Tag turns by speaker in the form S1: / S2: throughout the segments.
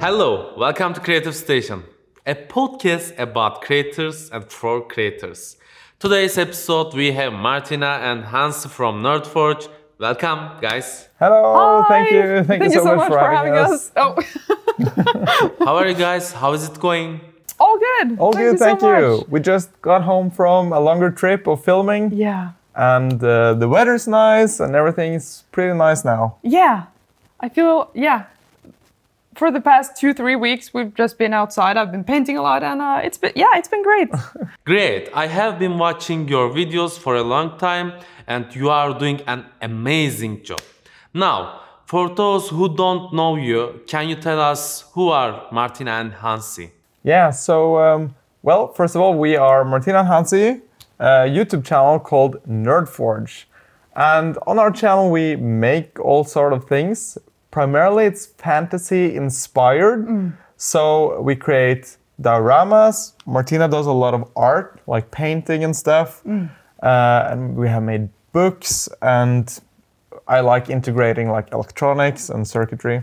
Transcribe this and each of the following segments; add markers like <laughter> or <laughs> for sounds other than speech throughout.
S1: Hello, welcome to Creative Station, a podcast about creators and for creators. Today's episode we have Martina and Hans from Nerdforge. Welcome, guys.
S2: Hello,
S3: Hi.
S2: Oh, thank you. Thank, you so, much, for having, us.
S3: Oh, <laughs>
S1: How are you guys? How is it going?
S3: all good.
S2: All
S3: thank
S2: good,
S3: you so
S2: thank you.
S3: much.
S2: We just got home from a longer trip of filming,
S3: Yeah,
S2: and uh, the weather's nice, and everything's pretty nice now.
S3: yeah. I feel yeah. For the past two three weeks, we've just been outside. I've been painting a lot, and uh, it's been yeah, it's
S2: <laughs>
S3: been great.
S1: Great, I have been watching your videos for a long time and you are doing an amazing job. Now, for those who don't know you, can you tell us who are Martina and Hansi?
S2: Yeah, so, um, well, first of all, we are Martina and Hansi, a YouTube channel called Nerdforge. And on our channel, we make all sort of things. Primarily, it's fantasy inspired. So we create dioramas. Martina does a lot of art, like painting and stuff. Uh, and we have made books. And I like integrating like electronics and circuitry.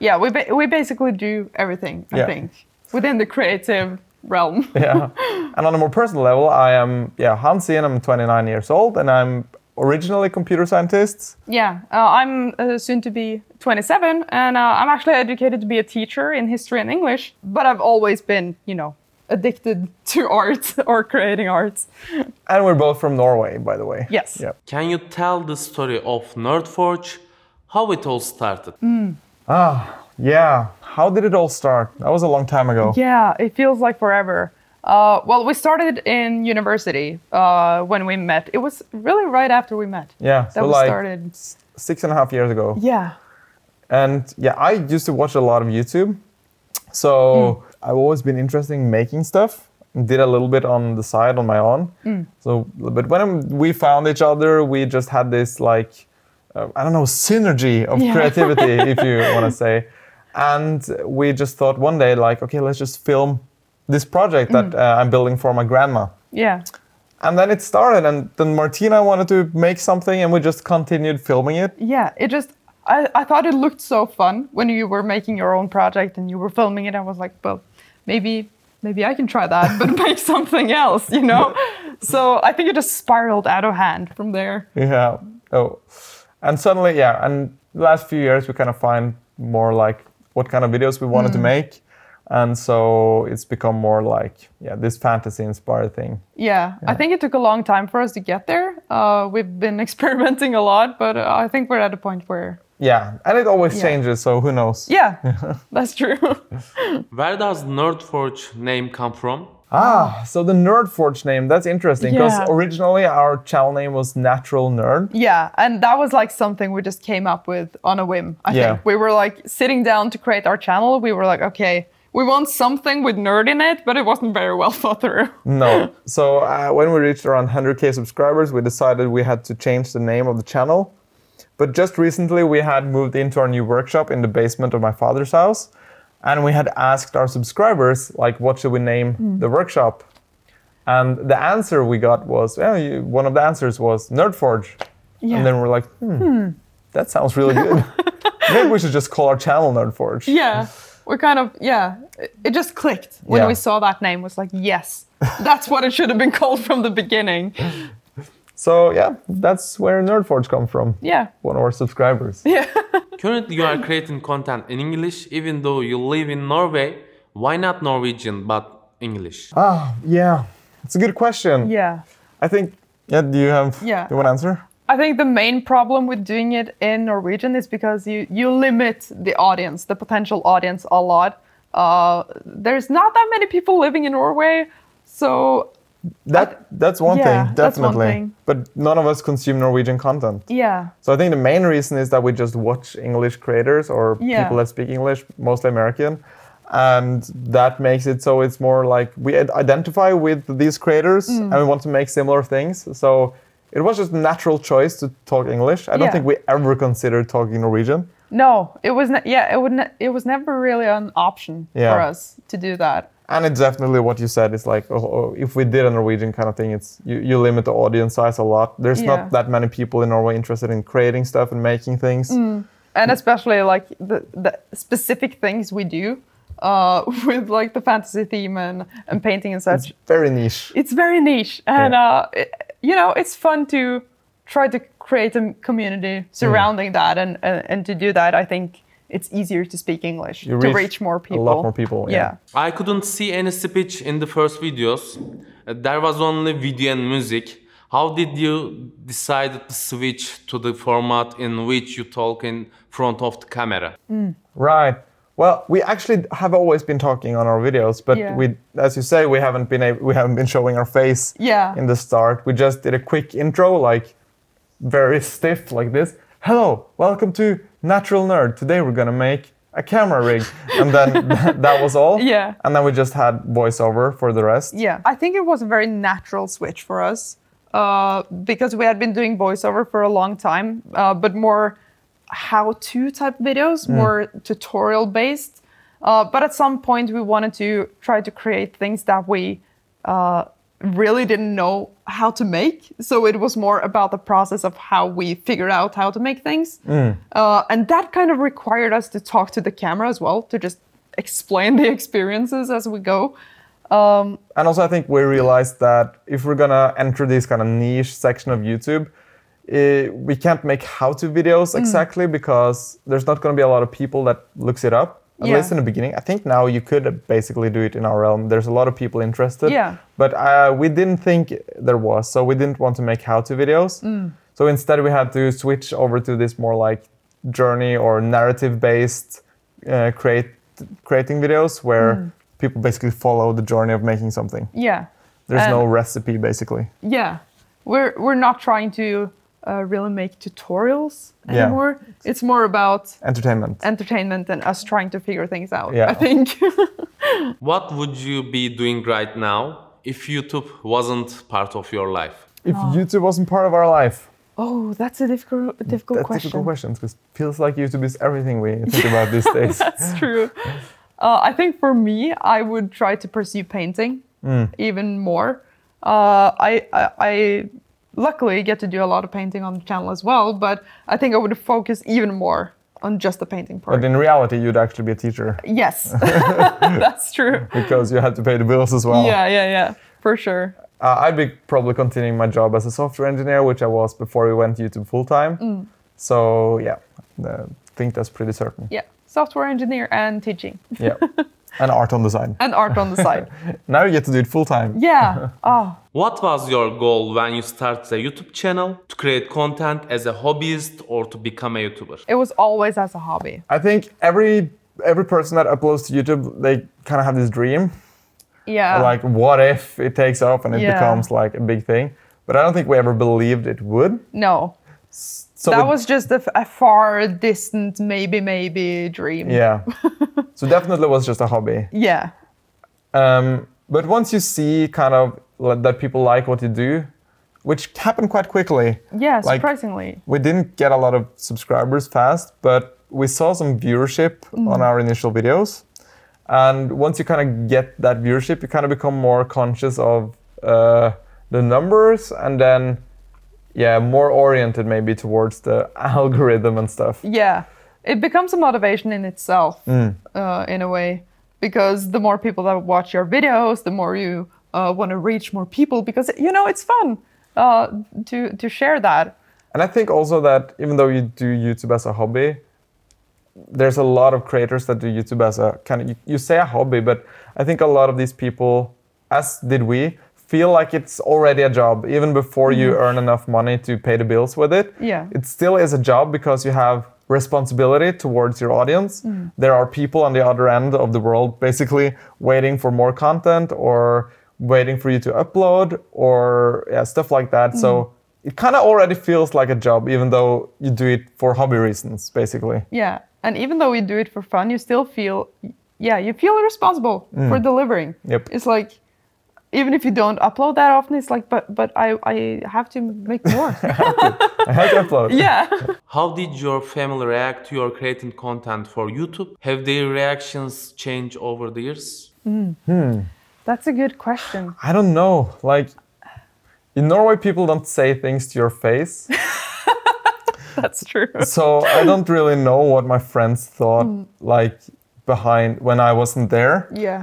S3: yeah, we ba- we basically do everything. I
S2: Yeah.
S3: think within the creative realm. <laughs>
S2: <laughs> yeah. And on a more personal level, I am yeah Hansi, and I'm 29 years old, and I'm originally computer scientist.
S3: Yeah, uh, I'm uh, soon to be 27, and uh, I'm actually educated to be a teacher in history and English. But I've always been, you know, addicted to <laughs> art or creating arts.
S2: And we're both from Norway, by the way.
S3: Yes.
S2: Yeah.
S1: Can you tell the story of Nerdforge, how it all started?
S2: Ah, yeah. How did it all start? That was a long time ago.
S3: Yeah, it feels like forever. Uh, well, we started in university uh, when we met. It was really right after we met.
S2: Yeah,
S3: that
S2: so
S3: we
S2: like-
S3: started.
S2: Six and a half years ago.
S3: Yeah,
S2: And yeah, I used to watch a lot of YouTube. So I've always been interested in making stuff. Did a little bit on the side on my own. So, but when we found each other, we just had this like, uh, I don't know, synergy of
S3: Yeah.
S2: creativity, if you want to say. And we just thought one day, like, okay, let's just film this project that uh, I'm building for my grandma.
S3: yeah,
S2: And then it started, and then Martina wanted to make something, and we just continued filming it.
S3: yeah. It just. I, I thought it looked so fun when you were making your own project and you were filming it. I was like, well, maybe maybe I can try that, <laughs> but make something else, you
S2: <laughs>
S3: know. so I think it just spiraled out of hand from there.
S2: Yeah. Oh. And suddenly, yeah. And the last few years, we kind of find more like what kind of videos we wanted
S3: Mm.
S2: to make. And so it's become more like, yeah, this fantasy inspired thing.
S3: Yeah, I think it took a long time for us to get there. Uh, we've been <laughs> experimenting a lot, but uh, I think we're at a point where
S2: Yeah. And it always
S3: Yeah.
S2: changes. So who knows? <laughs>
S3: Yeah, that's true.
S1: Where does Nerdforge name come from?
S2: Ah, so the Nerdforge name, that's interesting because
S3: Yeah.
S2: originally our channel name was Natural Nerd.
S3: yeah, and that was like something we just came up with on a whim. I
S2: Yeah.
S3: think we were like sitting down to create our channel. We were like, okay, we want something with nerd in it, but it wasn't very well thought through. <laughs>
S2: No. so uh, when we reached around 100K subscribers, we decided we had to change the name of the channel. But just recently, we had moved into our new workshop in the basement of my father's house. And we had asked our subscribers, like, what should we name
S3: Hmm.
S2: the workshop? And the answer we got was, well, you, one of the answers was Nerdforge.
S3: Yeah.
S2: And then we're like, hmm, that sounds really
S3: <laughs>
S2: good. Maybe we should just call our channel Nerdforge.
S3: yeah, we kind of yeah, it- it just clicked when
S2: Yeah.
S3: we saw that name. It Was like, yes, that's what it should have been called from the
S2: <laughs>
S3: beginning.
S2: So, yeah, that's where Nerdforge come from.
S3: Yeah, <laughs>
S2: One of our subscribers.
S1: Currently, you are creating content in English, even though you live in Norway. Why not Norwegian, but English?
S2: Ah, yeah. It's a good question.
S3: yeah.
S2: I think. Yeah. Do you have?
S3: Yeah.
S2: Do you want to answer?
S3: I think the main problem with doing it in Norwegian is because you you limit the audience, the potential audience, a lot. Uh, there's not that many people living in Norway, so
S2: That that's one
S3: yeah,
S2: thing, definitely.
S3: that's one thing.
S2: But none of us consume Norwegian content.
S3: yeah,
S2: So I think the main reason is that we just watch English creators or
S3: Yeah.
S2: people that speak English, mostly American, and that makes it so it's more like we ad- identify with these creators
S3: Mm.
S2: and we want to make similar things. So it was just a natural choice to talk English. I don't
S3: Yeah.
S2: think we ever considered talking Norwegian.
S3: no, it was ne- yeah, it would ne- it was never really an option
S2: Yeah.
S3: for us to do that.
S2: And it's definitely what you said. It's like oh, oh, if we did a Norwegian kind of thing, it's you, you limit the audience size a lot. There's
S3: Yeah.
S2: not that many people in Norway interested in creating stuff and making things.
S3: and especially like the, the specific things we do uh, <laughs> with like the fantasy theme and, and painting and such.
S2: It's very niche.
S3: It's very niche, and uh, it, you know it's fun to try to create a community
S2: Mm.
S3: surrounding that, and, and and to do that, I think it's easier to speak English
S2: You
S3: to
S2: reach
S3: reach more
S2: a
S3: people.
S2: lot more people, yeah.
S1: I couldn't see any speech in the first videos. Uh, There was only video and music. How did you decide to switch to the format in which you talk in front of the camera?
S2: Right. Well, we actually have always been talking on our videos, but
S3: Yeah.
S2: we, as you say, we haven't been able, we haven't been showing our face
S3: Yeah.
S2: in the start. We just did a quick intro, like very <laughs> stiff, like this. Hello, welcome to Natural Nerd. Today we're gonna make a camera rig, and then <laughs> that was all.
S3: Yeah.
S2: And then we just had voiceover for the rest.
S3: Yeah, I think it was a very natural switch for us uh, because we had been doing voiceover for a long time, uh, but more how-to type videos, more tutorial based. Uh, but at some point, we wanted to try to create things that we uh, really didn't know how to make. So it was more about the process of how we figured out how to make things, uh, and that kind of required us to talk to the camera as well to just explain <laughs> the experiences as we go. Um,
S2: And also, I think we realized that if we're gonna enter this kind of niche section of YouTube, eh, we can't make how-to videos exactly because there's not gonna be a lot of people that looks it up. At
S3: Yeah.
S2: least in the beginning, I think now you could basically do it in our realm. There's a lot of people interested.
S3: Yeah.
S2: But uh, we didn't think there was, so we didn't want to make how-to videos.
S3: Mm.
S2: So instead, we had to switch over to this more like journey or narrative-based uh, create creating videos where
S3: Mm.
S2: people basically follow the journey of making something.
S3: Yeah.
S2: There's
S3: And-
S2: no recipe, basically.
S3: Yeah. We're we're not trying to uh, really make tutorials
S2: Yeah.
S3: anymore. It's more about
S2: Entertainment.
S3: entertainment and us trying to figure things out.
S2: Yeah.
S3: I think. <laughs>
S1: What would you be doing right now if YouTube wasn't part of your life?
S2: if YouTube wasn't part of our life,
S3: oh, that's a difficult difficult
S2: that's
S3: question.
S2: difficult questions because feels like YouTube is everything we think about these
S3: <laughs>
S2: days.
S3: <laughs> That's true. Uh, I think for me, I would try to pursue painting
S2: Mm.
S3: even more. Uh, I, I, I luckily get to do a lot of painting on the channel as well, but I think I would focus even more on just the painting part.
S2: But in reality, you'd actually be a teacher <laughs>
S3: yes, <laughs> that's true.
S2: because you had to pay the bills as well.
S3: Yeah, yeah, yeah, for sure.
S2: Uh, I'd be probably continuing my job as a software engineer, which I was before we went YouTube full time.
S3: Mm.
S2: So yeah, uh, I think that's pretty certain.
S3: <laughs> Yeah, software engineer and teaching
S2: <laughs> Yeah. and art on design.
S3: and art on the side.
S2: Now you get to do it full time. <laughs>
S3: Yeah. Oh,
S1: What was your goal when you started a YouTube channel? To create content as a hobbyist or to become a YouTuber?
S3: it was always as a hobby.
S2: I think every every person that uploads to YouTube, they kind of have this dream
S3: Yeah.
S2: like what if it takes off and it
S3: Yeah.
S2: becomes like a big thing but i don't think we ever believed it would
S3: no,
S2: so
S3: that
S2: we-
S3: was just a, f- a far distant maybe maybe dream.
S2: yeah so definitely was just a hobby
S3: <laughs> Yeah.
S2: um, but once you see kind of like, that people like what you do which happened quite quickly
S3: Yeah,
S2: Like-
S3: surprisingly.
S2: we didn't get a lot of subscribers fast but we saw some viewership on our initial videos and once you kind of get that viewership you kind of become more conscious of uh, the numbers and then yeah more oriented maybe towards the <laughs> algorithm and stuff
S3: Yeah. It becomes a motivation in itself,
S2: Mm.
S3: uh, in a way, because the more people that watch your videos, the more you uh, want to reach more people because, you know, it's fun uh, to, to share that.
S2: and i think also that even though you do youtube as a hobby there's a lot of creators that do youtube as a kind of you, you say a hobby but i think a lot of these people as did we feel like it's already a job even before you earn enough money to pay the bills with it
S3: Yeah.
S2: it still is a job because you have responsibility towards your audience there are people on the other end of the world basically waiting for more content or waiting for you to upload or yeah, stuff like that so it kind of already feels like a job even though you do it for hobby reasons basically
S3: Yeah. And even though we do it for fun, you still feel, yeah, you feel responsible for delivering.
S2: Yep.
S3: It's like, even if you don't upload that often, it's like, but but I, I have to make more.
S2: I had to upload.
S3: yeah. <laughs>
S1: How did your family react to your creating content for YouTube? Have their reactions changed over the years?
S3: That's a good question.
S2: I don't know.
S3: <laughs>
S2: Like in Norway, people don't say things to your face.
S3: That's true.
S2: so I don't really know what my friends thought like behind when I wasn't there.
S3: Yeah.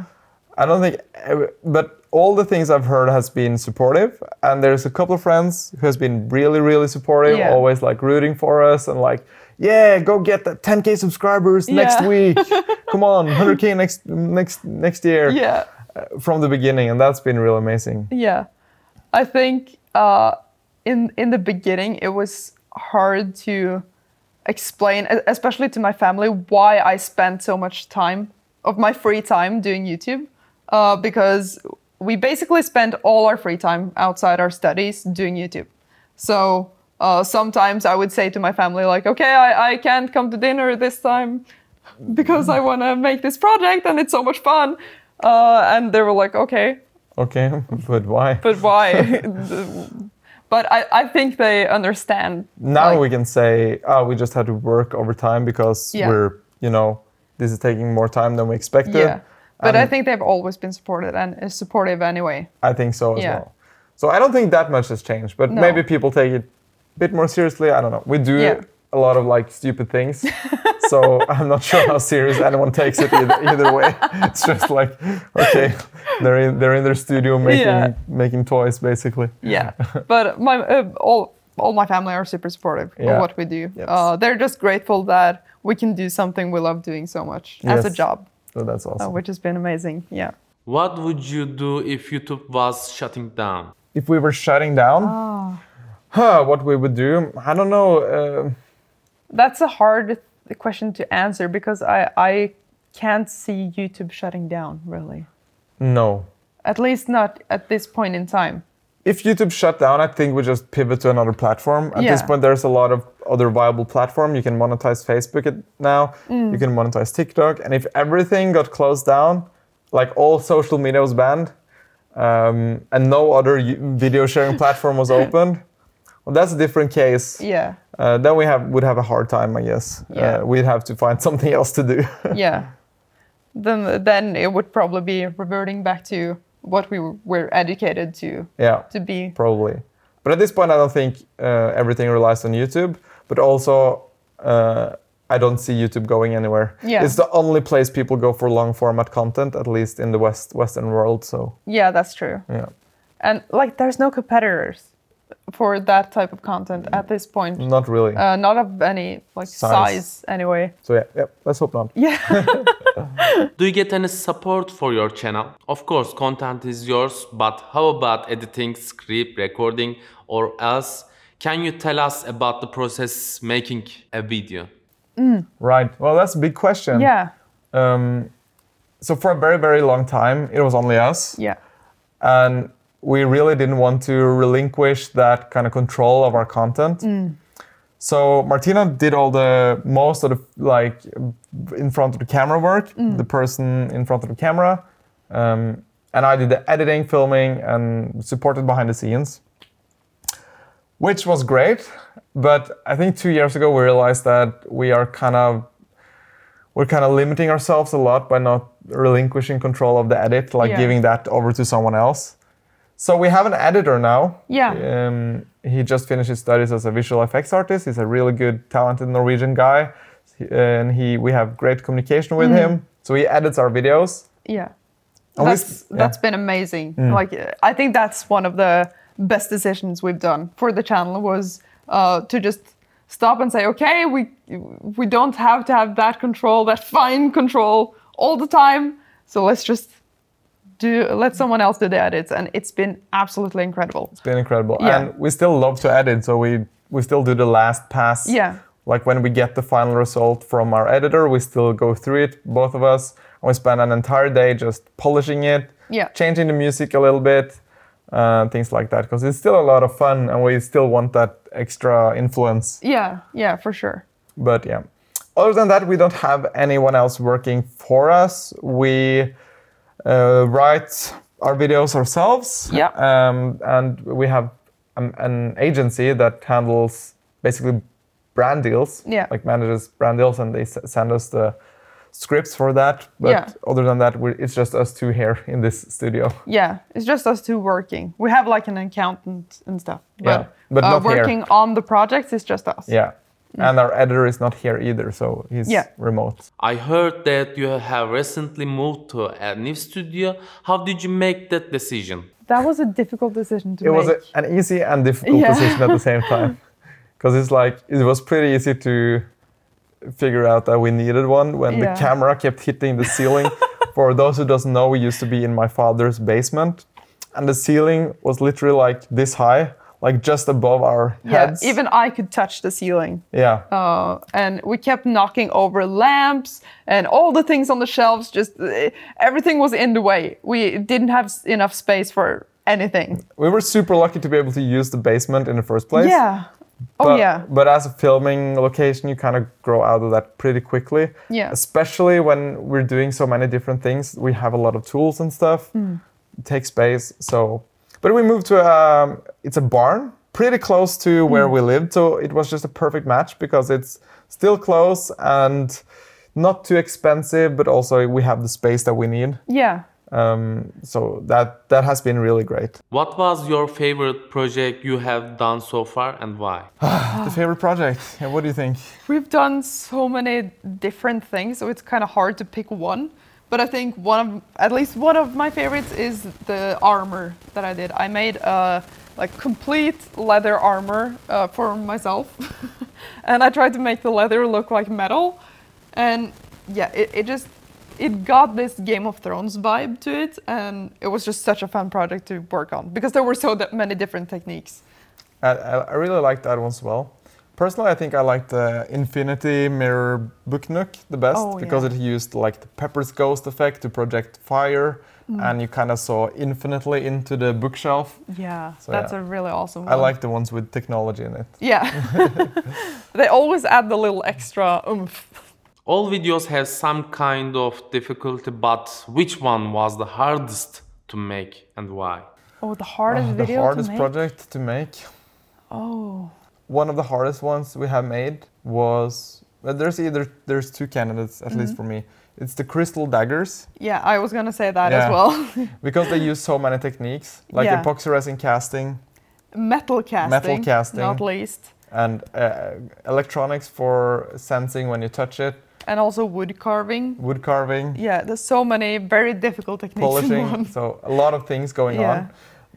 S2: I don't think, ev- but all the things I've heard has been supportive, and there's a couple of friends who has been really, really supportive,
S3: Yeah.
S2: always like rooting for us and like, yeah, go get that 10k subscribers next
S3: Yeah. <laughs>
S2: week. Come on, 100k next next next year Uh,
S3: Yeah.
S2: from the beginning, and that's been real amazing.
S3: Yeah, I think uh, in in the beginning it was hard to explain, e- especially to my family, why I spent so much time of my free time doing YouTube, uh, because we basically spent all our free time outside our studies doing YouTube. So uh, sometimes I would say to my family, like, okay, I, I can't come to dinner this time because I want to make this project and it's so much fun. Uh, and they were like, okay,
S2: Okay, <laughs> but why?
S3: but
S2: <laughs>
S3: why? but I, I think they understand.
S2: now
S3: like,
S2: we can say, oh, we just had to work overtime because
S3: Yeah.
S2: we're, you know, this is taking more time than we expected.
S3: Yeah. But I
S2: and-
S3: think they've always been supported and is supportive anyway.
S2: I think so as
S3: Yeah.
S2: well. So I don't think that much has changed, but
S3: No.
S2: maybe people take it a bit more seriously. I don't know. We do
S3: Yeah.
S2: a lot of like stupid
S3: <laughs>
S2: things. so I'm not sure how serious anyone takes it either, either way. It's just like, okay, they're in, they're in their studio making
S3: Yeah.
S2: making toys basically.
S3: Yeah. <laughs> but my uh, all all my family are super supportive
S2: Yeah.
S3: of what we do.
S2: Yes.
S3: Uh, they're just grateful that we can do something we love doing so much as a
S2: Yes.
S3: job,
S2: <laughs> So that's
S3: uh,
S2: awesome.
S3: which has been amazing. Yeah.
S1: What would you do if YouTube was shutting down?
S2: if we were shutting down, huh, what we would do? I don't know. Uh,
S3: That's a hard question to answer because I I can't see YouTube shutting down really.
S2: no.
S3: At least not at this point in time.
S2: if YouTube shut down, I think we just pivot to another platform. At this
S3: Yeah.
S2: point, there's a lot of other viable platform. You can monetize Facebook at- now.
S3: Mm.
S2: You can monetize TikTok. And if everything got closed down, like all social media was banned, um, and no other u- video sharing platform
S3: <laughs>
S2: was opened, well, that's a different case.
S3: Yeah.
S2: Uh, then we have would have a hard time, I guess.
S3: Yeah.
S2: Uh, we'd have to find <laughs> something else to do.
S3: yeah then then it would probably be reverting back to what we were educated to
S2: yeah.
S3: to be
S2: probably. But at this point, I don't think uh, everything relies on YouTube. But also, uh, I don't see YouTube going anywhere.
S3: Yeah.
S2: It's the only place people go for long format content, at least in the West Western world. So
S3: yeah that's true
S2: yeah,
S3: and like there's no competitors for that type of content at this point
S2: not really.
S3: uh, not of any
S2: Mm.
S3: like
S2: Size.
S3: size, anyway <laughs>
S2: so yeah, yeah, let's hope not.
S3: yeah
S1: Do you get any support for your channel? Of course, content is yours, but how about editing, script, recording, or else? Can you tell us about the process making a video?
S2: Right. Well, that's a big question.
S3: yeah
S2: Um, so for a very very long time, it was only us,
S3: yeah
S2: and we really didn't want to relinquish that kind of control of our content.
S3: Mm.
S2: So Martina did all the most of the like in front of the camera work, the person in front of the camera, um, and I did the editing, filming, and supported behind the scenes, which was great. But I think two years ago we realized that we are kind of we're kind of limiting ourselves a lot by not relinquishing control of the edit, like
S3: Yeah.
S2: giving that over to someone else. So we have an editor now.
S3: Yeah.
S2: Um, he just finished his studies as a visual effects artist. He's a really good, talented Norwegian guy, He- and he we have great communication with him. So he edits our videos.
S3: yeah
S2: And we
S3: that's
S2: s- yeah. Mm.
S3: that's been amazing like uh, i think that's one of the best decisions we've done for the channel was uh, to just stop and say okay we we don't have to have that control that <laughs> fine control all the time so let's just do let someone else do the edits and it's been absolutely incredible
S2: It's been incredible,
S3: Yeah.
S2: and we still love to edit. So we we still do the last pass.
S3: Yeah.
S2: Like when we get the final result from our editor, we still go through it, both of us, and we spend an entire day just polishing it,
S3: Yeah.
S2: changing the music a little bit, uh, things like that. Because it's still a lot of fun, and we still want that extra influence.
S3: yeah yeah for sure
S2: But yeah. Other than that, we don't have anyone else working for us. We uh, write our videos ourselves.
S3: Yeah.
S2: Um, and we have um, an agency that handles basically brand deals.
S3: Yeah.
S2: Like manages brand deals and they s- send us the scripts for that. But
S3: Yeah.
S2: other than that, we it's just us two here in this studio.
S3: Yeah, it's just us two working. We have like an accountant and stuff. But,
S2: Yeah, but
S3: uh,
S2: not here.
S3: working on the projects is just us.
S2: Yeah. And our editor is not here either, so he's
S3: Mm. Yeah.
S2: remote.
S1: I heard that you have recently moved to a new studio. How did you make that decision?
S3: That was a difficult decision to
S2: It
S3: make.
S2: was a, an easy and difficult
S3: Yeah.
S2: decision at the
S3: <laughs>
S2: same time. Because it's like, it was pretty easy to figure out that we needed one when
S3: Yeah.
S2: the camera kept hitting the
S3: <laughs>
S2: ceiling. For those who doesn't know, we used to be in my father's basement. And the ceiling was literally like this high, like just above our
S3: yeah,
S2: heads.
S3: even I could touch the ceiling.
S2: yeah.
S3: Uh, and we kept knocking over lamps and all the things on the shelves. Just uh, everything was in the way. We didn't have s- enough space for anything.
S2: we were super lucky to be able to use the basement in the first place.
S3: Yeah.
S2: But,
S3: Oh yeah.
S2: But as a filming location, you kind of grow out of that pretty quickly.
S3: Yeah.
S2: Especially when we're doing so many different things, we have a lot of tools and stuff.
S3: Hmm.
S2: It takes space. So, but we moved to um, it's a barn pretty close to
S3: Hmm.
S2: where we lived, so it was just a perfect match because it's still close and not too expensive, but also we have the space that we need.
S3: Yeah.
S2: Um, so that that has been really great.
S1: What was your favorite project you have done so far and why?
S2: The favorite project. Yeah, what do you think?
S3: We've done so many different things, so it's kind of hard to pick one. But I think one of, at least one of my favorites is the armor that I did. I made a like complete leather armor uh, for myself, <laughs> and I tried to make the leather look like metal. And yeah, it, it just it got this Game of Thrones vibe to it, and it was just such a fun project to work on because there were so that many different techniques.
S2: I, I I really like that one as well. Personally, I think I like the Infinity Mirror Book Nook the best
S3: Oh,
S2: because
S3: yeah.
S2: it used like the Pepper's Ghost effect to project fire,
S3: Mm.
S2: and you kind of saw infinitely into the bookshelf.
S3: Yeah,
S2: So,
S3: that's
S2: yeah.
S3: a really awesome.
S2: I
S3: one.
S2: like the ones with technology in it.
S3: Yeah.
S2: <laughs>
S3: they always add the little extra oomph.
S1: All videos have some kind of difficulty, but which one was the hardest to make and why?
S3: Oh, the hardest
S2: Uh, the
S3: video
S2: hardest
S3: to make.
S2: project to make.
S3: Oh.
S2: one of the hardest ones we have made was well, there's either there's two candidates at least for
S3: Mm-hmm.
S2: me. It's the crystal daggers
S3: Yeah, I was gonna say that
S2: Yeah.
S3: as well. <laughs>
S2: because they use so many techniques like
S3: Yeah.
S2: epoxy resin casting
S3: Metal casting.
S2: casting.
S3: Not least.
S2: and uh, electronics for sensing when you touch it,
S3: And also wood carving.
S2: wood carving,
S3: Yeah, <laughs> there's so many very difficult techniques in
S2: polishing.
S3: one.
S2: So a lot of things going
S3: Yeah.
S2: on.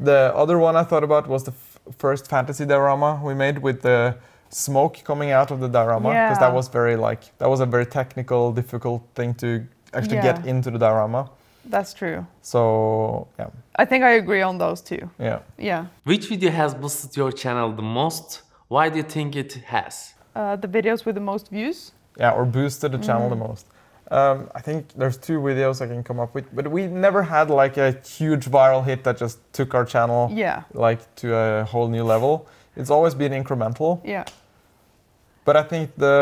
S2: The other one I thought about was the f- first fantasy diorama we made with the smoke coming out of the diorama because that
S3: Yeah.
S2: was very like that was a very technical, difficult thing to actually get
S3: Yeah.
S2: into the diorama.
S3: That's true.
S2: So yeah,
S3: I think I agree on those two.
S2: yeah.
S3: Yeah.
S1: Which video has boosted your channel the most? Why do you think it has?
S3: Uh, the videos with the most views.
S2: yeah, or boosted the channel
S3: Mm.
S2: the most. Um, I think there's two videos I can come up with, but we never had like a huge viral hit that just took our channel
S3: Yeah.
S2: like to a whole new level. It's always been incremental,
S3: Yeah.
S2: but I think the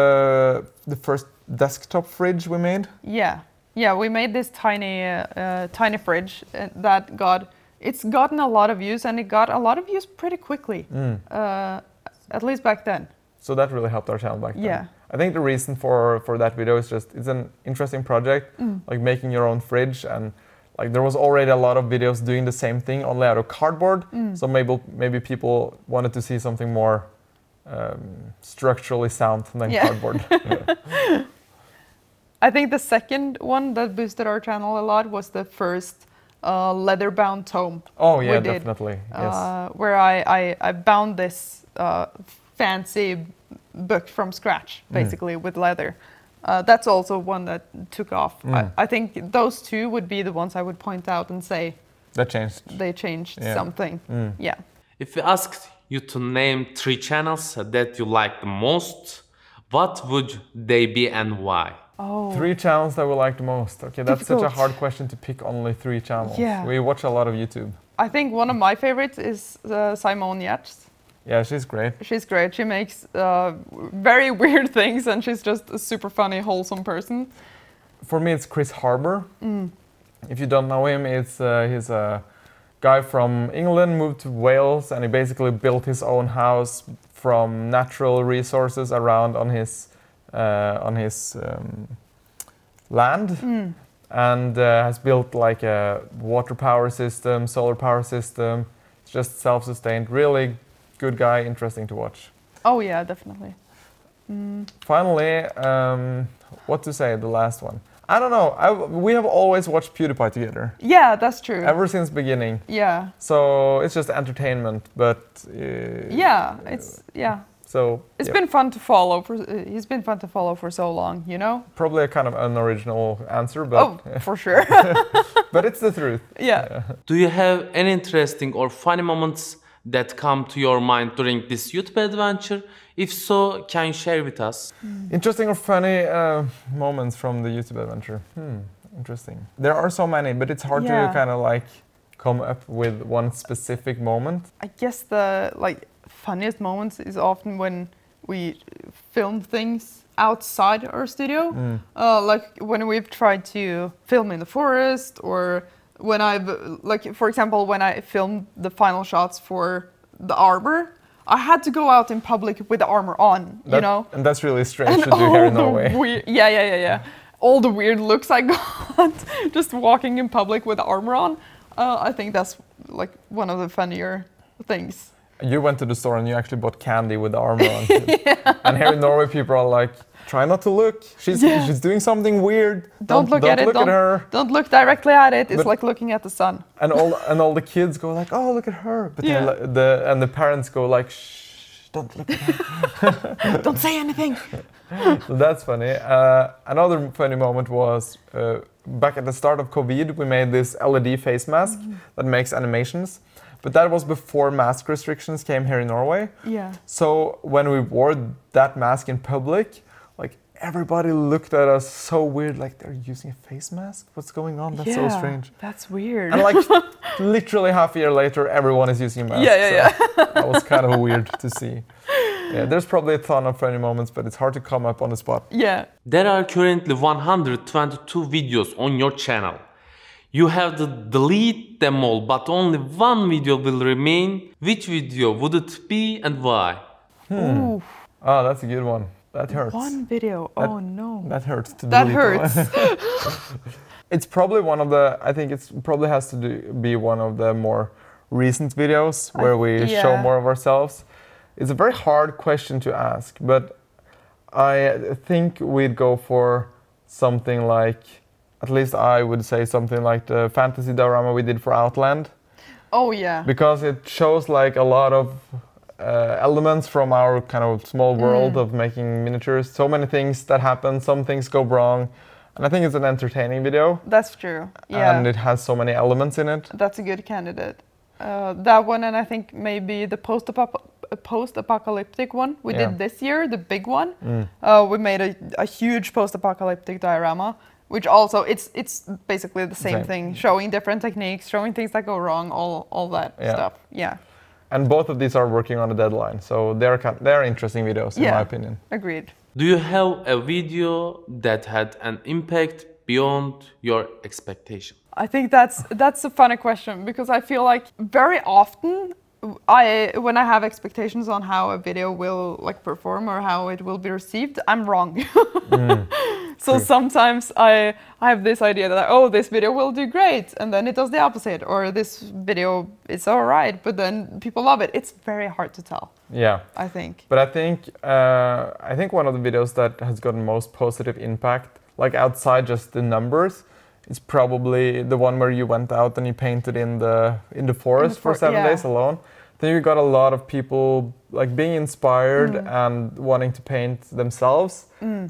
S2: the first desktop fridge we made,
S3: Yeah, yeah. We made this tiny, uh, uh, tiny fridge uh, that got it's gotten a lot of views, and it got a lot of views pretty quickly.
S2: Mm.
S3: Uh, at least back then.
S2: so that really helped our channel back then.
S3: Yeah.
S2: I think the reason for for that video is just it's an interesting project,
S3: Mm.
S2: like making your own fridge and. Like there was already a lot of videos doing the same thing only out of cardboard,
S3: Mm.
S2: so maybe maybe people wanted to see something more um, structurally sound than
S3: Yeah. <laughs>
S2: cardboard.
S3: I think the second one that boosted our channel a lot was the first uh, leather-bound tome.
S2: oh yeah,
S3: we did,
S2: definitely. Yes.
S3: Uh, where I, I, I bound this uh, fancy book from scratch,
S2: Mm.
S3: basically with leather. Uh, that's also one that took off.
S2: Mm.
S3: I, I think those two would be the ones I would point out and say
S2: That changed.
S3: they changed
S2: Yeah. Mm.
S3: something. Yeah.
S1: If we asked you to name three channels that you like the most, what would they be and why?
S3: Oh.
S2: Three channels that we like the most. Okay, that's such a
S3: Difficult.
S2: hard question to pick only three channels.
S3: Yeah.
S2: We watch a lot of YouTube.
S3: I think one of my favorites is uh, Simone Yates.
S2: Yeah, she's great.
S3: She's great. She makes uh, very <laughs> weird things, and she's just a super funny, wholesome person.
S2: For me, it's Chris Harbour. If you don't know him, it's uh, he's a guy from England, moved to Wales, and he basically built his own house from natural resources around on his uh, on his um, land. and uh, has built like a water power system, solar power system. It's just self-sustained. Really good guy, interesting to watch.
S3: Oh yeah, definitely.
S2: Finally, um, what to say? The last one. I don't know. I, we have always watched PewDiePie together
S3: Yeah, that's true.
S2: ever since beginning.
S3: yeah.
S2: So it's just entertainment, but uh,
S3: Yeah, it's yeah.
S2: So
S3: It's
S2: yeah,
S3: been fun to follow for uh, he's been fun to follow for so long, you know?
S2: probably a kind of unoriginal answer,
S3: Oh, <laughs>
S2: but
S3: for sure.
S2: but it's the truth.
S3: yeah.
S1: Do you have any interesting or funny moments that come to your mind during this YouTube adventure? If so, can you share with us?
S2: Interesting or funny uh, moments from the YouTube adventure. Hmm, interesting. There are so many, but it's hard
S3: Yeah.
S2: to kind of like come up with one specific moment.
S3: I guess the like funniest moments is often when we film things outside our studio,
S2: Hmm,
S3: uh, like when we've tried to film in the forest, or when I've like for example when I filmed the final shots for the armor, I had to go out in public with the armor on, you
S2: That-
S3: know, Oh,
S2: And that's
S3: <laughs>
S2: really strange to do here in Norway.
S3: the weird, yeah, yeah, yeah, yeah. All the weird looks I <laughs> got just walking in public with armor on. Uh, I think that's like one of the funnier things.
S2: You went to the store and you actually bought candy with armor
S3: <laughs>
S2: on. And here in Norway, people are like, try not to look. She's
S3: Yeah.
S2: she's doing something weird.
S3: Don't, look at it.
S2: Look
S3: don't,
S2: at her.
S3: don't look directly at it. It's
S2: But-
S3: like looking at the sun.
S2: And all and all the kids go like, oh, look at her. But
S3: Yeah.
S2: then li- the and the parents go like, shh, don't look. at
S3: Don't say
S2: <laughs>
S3: anything.
S2: her." <laughs> that's funny. Uh, another funny moment was. Uh, Back at the start of COVID, we made this LED face mask
S3: Mm-hmm.
S2: that makes animations, but that was before mask restrictions came here in Norway.
S3: Yeah.
S2: So when we wore that mask in public, like everybody looked at us so weird, like they're using a face mask. What's going on? That's so
S3: Yeah,
S2: strange.
S3: That's weird.
S2: And like <laughs> literally half a year later, everyone is using a mask.
S3: Yeah, yeah,
S2: so that was kind
S3: <laughs>
S2: of weird to see. Yeah, there's probably a ton of funny moments, but it's hard to come up on the spot.
S3: yeah.
S1: There are currently 122 videos on your channel. You have to delete them all, but only one video will remain. Which video would it be and why?
S3: Ooh,
S2: Oh, that's a good one. That hurts.
S3: one video. oh no.
S2: That hurts to
S3: That
S2: delete all.
S3: hurts.
S2: <laughs>
S3: <laughs>
S2: It's probably one of the. I think it's probably has to do, be one of the more recent videos where we show
S3: yeah.
S2: more of ourselves. It's a very hard question to ask, but I think we'd go for something like. At least I would say something like the fantasy diorama we did for Outland,
S3: oh yeah.
S2: because it shows like a lot of uh, elements from our kind of small
S3: Mm.
S2: world of making miniatures. So many things that happen, some things go wrong, and I think it's an entertaining video
S3: That's true. Yeah.
S2: and it has so many elements in it.
S3: That's a good candidate. Uh, that one, and I think maybe the post-apo- post-apocalyptic one we
S2: Yeah. Mm.
S3: did this year, the big one. Uh, we made a, a huge post-apocalyptic diorama, which also it's it's basically the same,
S2: Same.
S3: thing, showing different techniques, showing things that go wrong, all all that
S2: Yeah.
S3: stuff. Yeah,
S2: And both of these are working on a deadline, so they're kind they're interesting videos in
S3: Yeah.
S2: my opinion.
S3: agreed.
S1: Do you have a video that had an impact beyond your expectation?
S3: I think that's that's a funny question because I feel like very often I when I have expectations on how a video will like perform or how it will be received, I'm wrong. <laughs> so sometimes I I have this idea that oh this video will do great and then it does the opposite or this video is alright but then people love it. It's very hard to tell.
S2: Yeah,
S3: I think.
S2: but I think uh, I think one of the videos that has gotten most positive impact, like outside just the numbers, is probably the one where you went out and you painted in the in the forest for
S3: for-
S2: seven
S3: yeah.
S2: days alone. Then you got a lot of people like being inspired and wanting to paint themselves.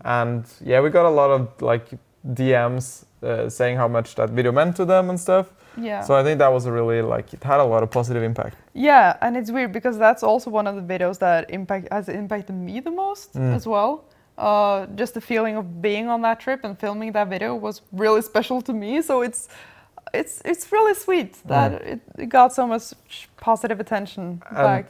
S2: And yeah, we got a lot of like DMs uh, saying how much that video meant to them and stuff.
S3: Yeah.
S2: So I think that was a really like it had a lot of positive impact.
S3: Yeah, and it's weird because that's also one of the videos that impact has impacted me the most
S2: Mm.
S3: as well. Uh, just the feeling of being on that trip and filming that video was really <laughs> special to me. So it's it's it's really sweet
S2: Mm.
S3: that it, it got so much positive attention back.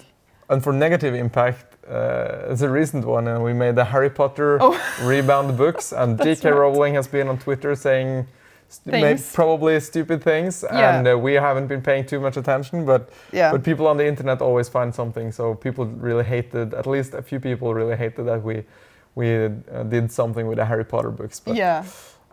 S2: And for negative impact, uh, it's a recent one, and we made the Harry Potter
S3: Oh.
S2: <laughs> rebound books, and
S3: That's
S2: J.K.
S3: right.
S2: Rowling has been on Twitter saying st- ma-
S3: Things.
S2: probably stupid things,
S3: Yeah.
S2: and uh, we haven't been paying too much attention, but
S3: Yeah.
S2: but people on the internet always find something, so people really hated, at least a few people really hated that we we uh, did something with the Harry Potter books. But
S3: yeah.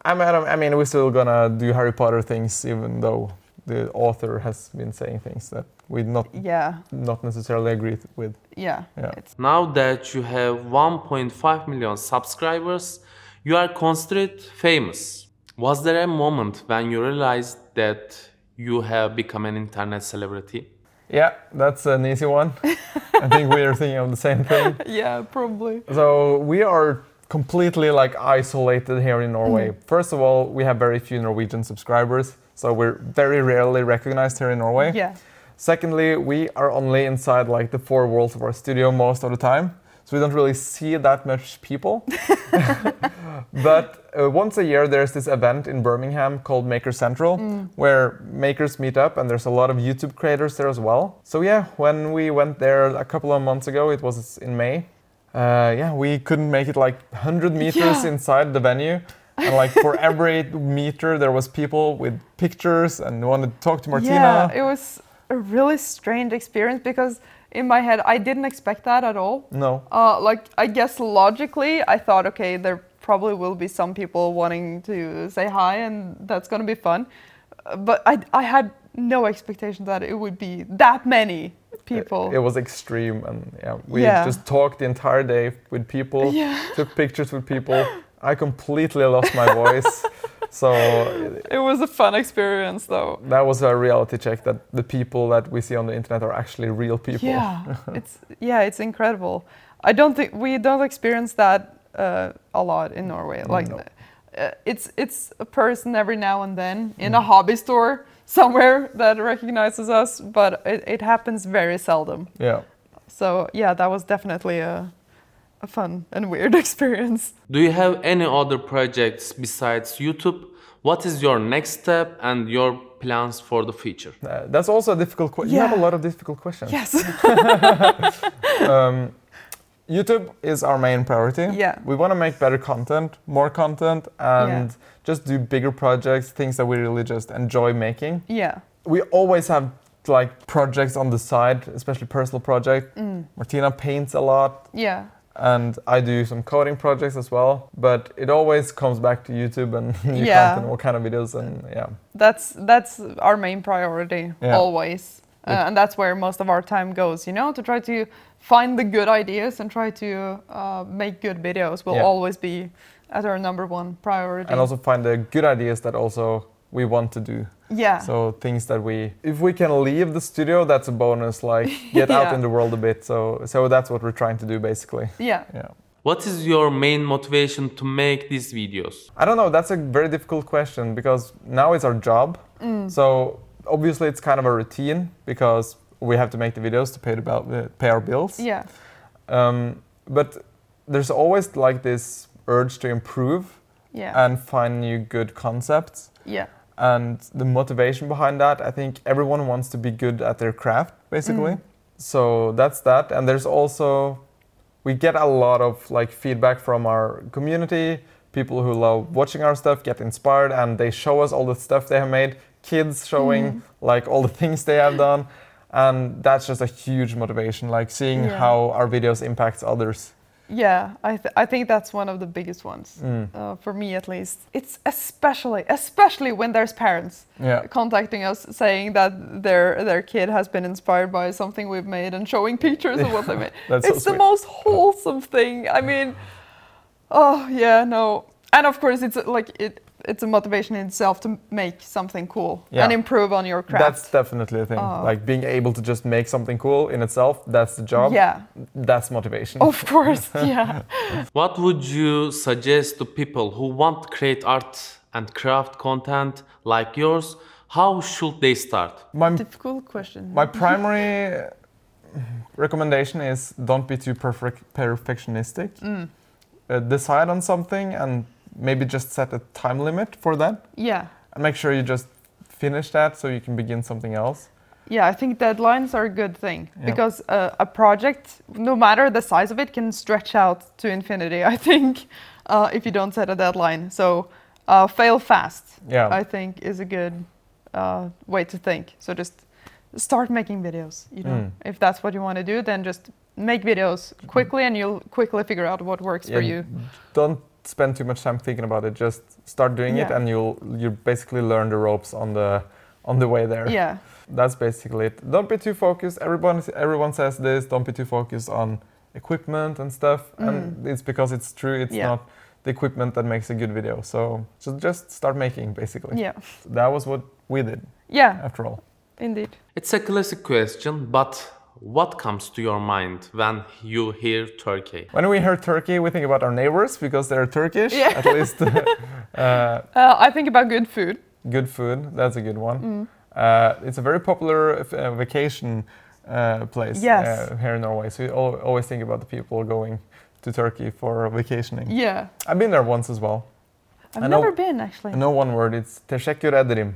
S2: I mean, I don't- I mean, we're still gonna do Harry Potter things, even though the author has been saying things that we not
S3: Yeah,
S2: not necessarily agree th- with.
S3: yeah.
S2: Yeah.
S3: It's,
S1: Now that you have 1.5 million subscribers, you are considered famous. Was there a moment when you realized that you have become an internet celebrity?
S2: Yeah, that's an easy one. I think we are thinking of the same thing.
S3: yeah, probably.
S2: So we are completely like isolated here in Norway. First of all, we have very few Norwegian subscribers, so we're very rarely recognized here in Norway.
S3: Yeah.
S2: Secondly, we are only inside like the four walls of our studio most of the time, so we don't really see that much
S3: <laughs>
S2: people. <laughs> but uh, once a year, there's this event in Birmingham called Maker Central,
S3: Mm.
S2: where makers meet up, and there's a lot of YouTube creators there as well. So yeah, when we went there a couple of months ago, it was in May. Uh, yeah, we couldn't make it like 100 meters
S3: Yeah.
S2: inside the venue. And like for every meter, there was people with pictures and wanted to talk to Martina.
S3: Yeah, it was a really strange experience because in my head I didn't expect that at all.
S2: no.
S3: Uh, like I guess logically I thought, okay, there probably will be some people wanting to say hi, and that's gonna be fun. Uh, But I I had no expectation that it would be that many people.
S2: It was extreme, and yeah, we
S3: Yeah.
S2: just talked the entire day with people,
S3: Yeah.
S2: took pictures with people. I completely lost my
S3: <laughs>
S2: voice, so
S3: It was a fun experience though.
S2: that was a reality check that the people that we see on the internet are actually real people. <laughs>
S3: Yeah, it's yeah, it's incredible. I don't think we don't experience that uh, a lot in Norway. Like,
S2: Mm, No.
S3: uh, it's it's a person every now and then in
S2: Mm.
S3: a hobby store somewhere that recognizes us, but it, it happens very seldom.
S2: Yeah.
S3: So yeah, that was definitely a a fun and weird <laughs> experience.
S1: Do you have any other projects besides YouTube? What is your next step and your plans for the future?
S2: Uh, that's also a difficult question. You have a
S3: Yeah.
S2: lot of difficult questions.
S3: Yes.
S2: um, YouTube is our main priority.
S3: Yeah.
S2: We want to make better content, more content, and just do bigger projects, things that we really just enjoy making.
S3: <laughs> yeah.
S2: we always have like projects on the side, especially personal project.
S3: Mm.
S2: Martina paints a lot,
S3: Yeah.
S2: and I do some coding projects as well. But it always comes back to YouTube and <laughs> new
S3: Yeah.
S2: content, what kind of videos, and yeah,
S3: that's that's our main priority
S2: Yeah.
S3: always uh,
S2: Yeah.
S3: and that's where most of our time goes you know to try to find the good ideas and try to uh, make good videos will
S2: Yeah.
S3: always be at our number one priority
S2: and also find the good ideas that also we want to do.
S3: yeah
S2: So things that we, if we can leave the studio, that's a bonus.
S3: <laughs>
S2: Like get out
S3: Yeah.
S2: in the world a bit. So so that's what we're trying to do basically.
S3: yeah
S2: Yeah.
S1: What is your main motivation to make these videos?
S2: I don't know. That's a very difficult question because now it's our job.
S3: Mm.
S2: So obviously it's kind of a routine because we have to make the videos to pay the bill, uh, pay our bills.
S3: yeah
S2: Um, but there's always like this urge to improve
S3: yeah
S2: and find new good concepts.
S3: yeah
S2: And the motivation behind that, I think everyone wants to be good at their craft, basically.
S3: Mm.
S2: So that's that. And there's also, we get a lot of like feedback from our community, people who love watching our stuff, get inspired, and they show us all the stuff they have made. Kids showing
S3: Mm.
S2: like all the <laughs> things they have done, and that's just a huge motivation. Like seeing
S3: Yeah.
S2: how our videos impacts others.
S3: yeah I, th- I think that's one of the biggest ones
S2: Mm.
S3: uh, for me at least it's especially especially when there's parents
S2: Yeah.
S3: contacting us saying that their their kid has been inspired by something we've made and showing pictures of
S2: <laughs>
S3: what they made.
S2: That's so
S3: it's the
S2: sweet.
S3: most wholesome thing. I mean, oh yeah, no, and of course it's uh, like it. It's a motivation in itself to make something cool
S2: Yeah.
S3: and improve on your craft.
S2: That's definitely a thing.
S3: Oh.
S2: Like being able to just make something cool in itself, that's the job. <laughs>
S3: yeah,
S2: That's motivation.
S3: of course,
S2: <laughs>
S3: yeah.
S1: What would you suggest to people who want to create art and craft content like yours? How should they start?
S2: My,
S3: Difficult question.
S2: my primary recommendation is don't be too perfec- perfectionistic.
S3: Mm.
S2: Uh, decide on something and maybe just set a time limit for that.
S3: yeah,
S2: And make sure you just finish that so you can begin something else.
S3: yeah. I think deadlines are a good thing
S2: Yeah.
S3: because uh, a project, no matter the size of it, can stretch out to infinity. I think <laughs> uh, if you don't set a deadline, so uh, fail fast.
S2: Yeah.
S3: I think is a good uh, way to think. So just start making videos. You know,
S2: Mm. Mm-hmm.
S3: if that's what you want to do, then just make videos quickly, and you'll quickly figure out what works for
S2: Yeah,
S3: you.
S2: Don't spend too much time thinking about it. Just start doing it
S3: Yeah.
S2: and you'll you basically learn the ropes on the on the way there. <laughs>
S3: Yeah.
S2: That's basically it. Don't be too focused. Everyone everyone says this. Don't be too focused on equipment and stuff. And it's because it's true. It's
S3: Mm. Yeah.
S2: not the equipment that makes a good video. So so just start making basically.
S3: Yeah.
S2: That was what we did
S3: Yeah,
S2: after all.
S3: indeed.
S1: It's a classic question, but what comes to your mind when you hear Turkey?
S2: When we hear Turkey, we think about our neighbors because they're Turkish.
S3: Yeah.
S2: At least <laughs> uh,
S3: Uh, I think about good food.
S2: good food. That's a good
S3: Mm.
S2: one. Uh, it's a very popular uh, vacation uh, place
S3: Yes.
S2: uh, here in Norway. So you al- always think about the people going to Turkey for vacationing.
S3: Yeah.
S2: I've been there once as well.
S3: I've
S2: I know-
S3: never been actually.
S2: I know one word. It's teşekkür ederim.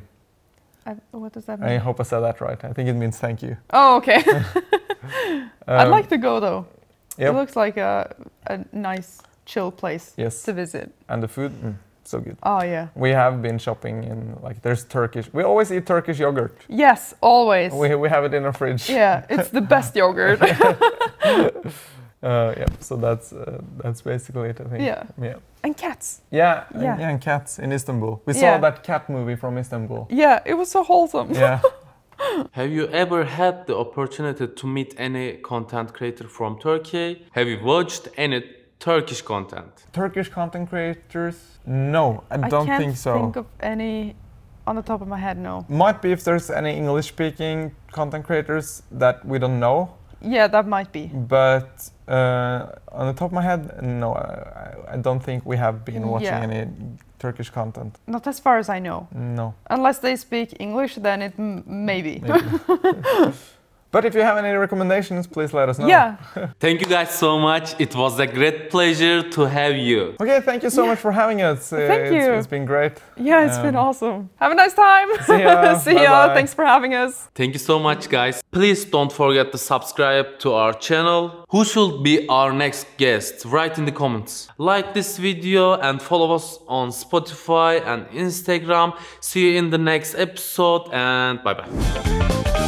S3: I, what does that
S2: I
S3: mean?
S2: hope I said that right. I think it means thank you.
S3: Oh, okay. <laughs> I'd
S2: Um,
S3: like to go though.
S2: yep.
S3: It looks like a, a nice, chill place
S2: Yes.
S3: to visit.
S2: And the food, mm, so good.
S3: Oh, yeah.
S2: We have been shopping in like there's Turkish. We always eat Turkish yogurt.
S3: Yes, always.
S2: We, we have it in our fridge.
S3: yeah, it's the
S2: <laughs>
S3: best yogurt.
S2: Uh, yep. So that's uh, that's basically it. I think.
S3: Yeah.
S2: Yeah.
S3: <laughs> and cats.
S2: Yeah, and-
S3: Yeah.
S2: yeah, and cats in Istanbul. We saw
S3: Yeah.
S2: that cat movie from Istanbul.
S3: <laughs> Yeah, it was so wholesome.
S2: Yeah,
S1: Have you ever had the opportunity to meet any content creator from Turkey? Have you watched any Turkish content?
S2: Turkish content creators? No, I
S3: I
S2: don't
S3: can't
S2: think so.
S3: think of any on the top of my head, no.
S2: Might be if there's any English-speaking content creators that we don't know,
S3: Yeah, that might be.
S2: but uh, on the top of my head, no, I, I- I don't think we have been watching
S3: Yeah.
S2: any Turkish content.
S3: Not as far as I know.
S2: No.
S3: Unless they speak English, then it m- maybe.
S2: Maybe. <laughs> but if you have any recommendations, please let us know.
S3: Yeah,
S1: Thank you guys so much. It was a great pleasure to have you.
S2: Okay, thank you so much for having us. Uh,
S3: Thank
S2: it's-
S3: you.
S2: it's been great.
S3: yeah, it's been
S2: Um,
S3: awesome. Have a nice time.
S2: See ya.
S3: <laughs> See ya.
S2: Bye-bye.
S3: Thanks for having us.
S1: Thank you so much, guys. Please don't forget to subscribe to our channel. Who should be our next guest? Write in the comments. Like this video and follow us on Spotify and Instagram. See you in the next episode and bye bye.